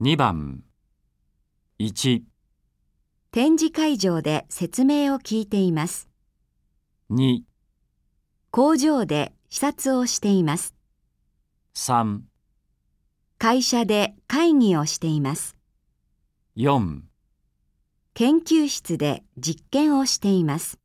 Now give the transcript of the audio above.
2番1、展示会場で説明を聞いています。 2、工場で視察をしています。 3、会社で会議をしています。 4研究室で実験をしています。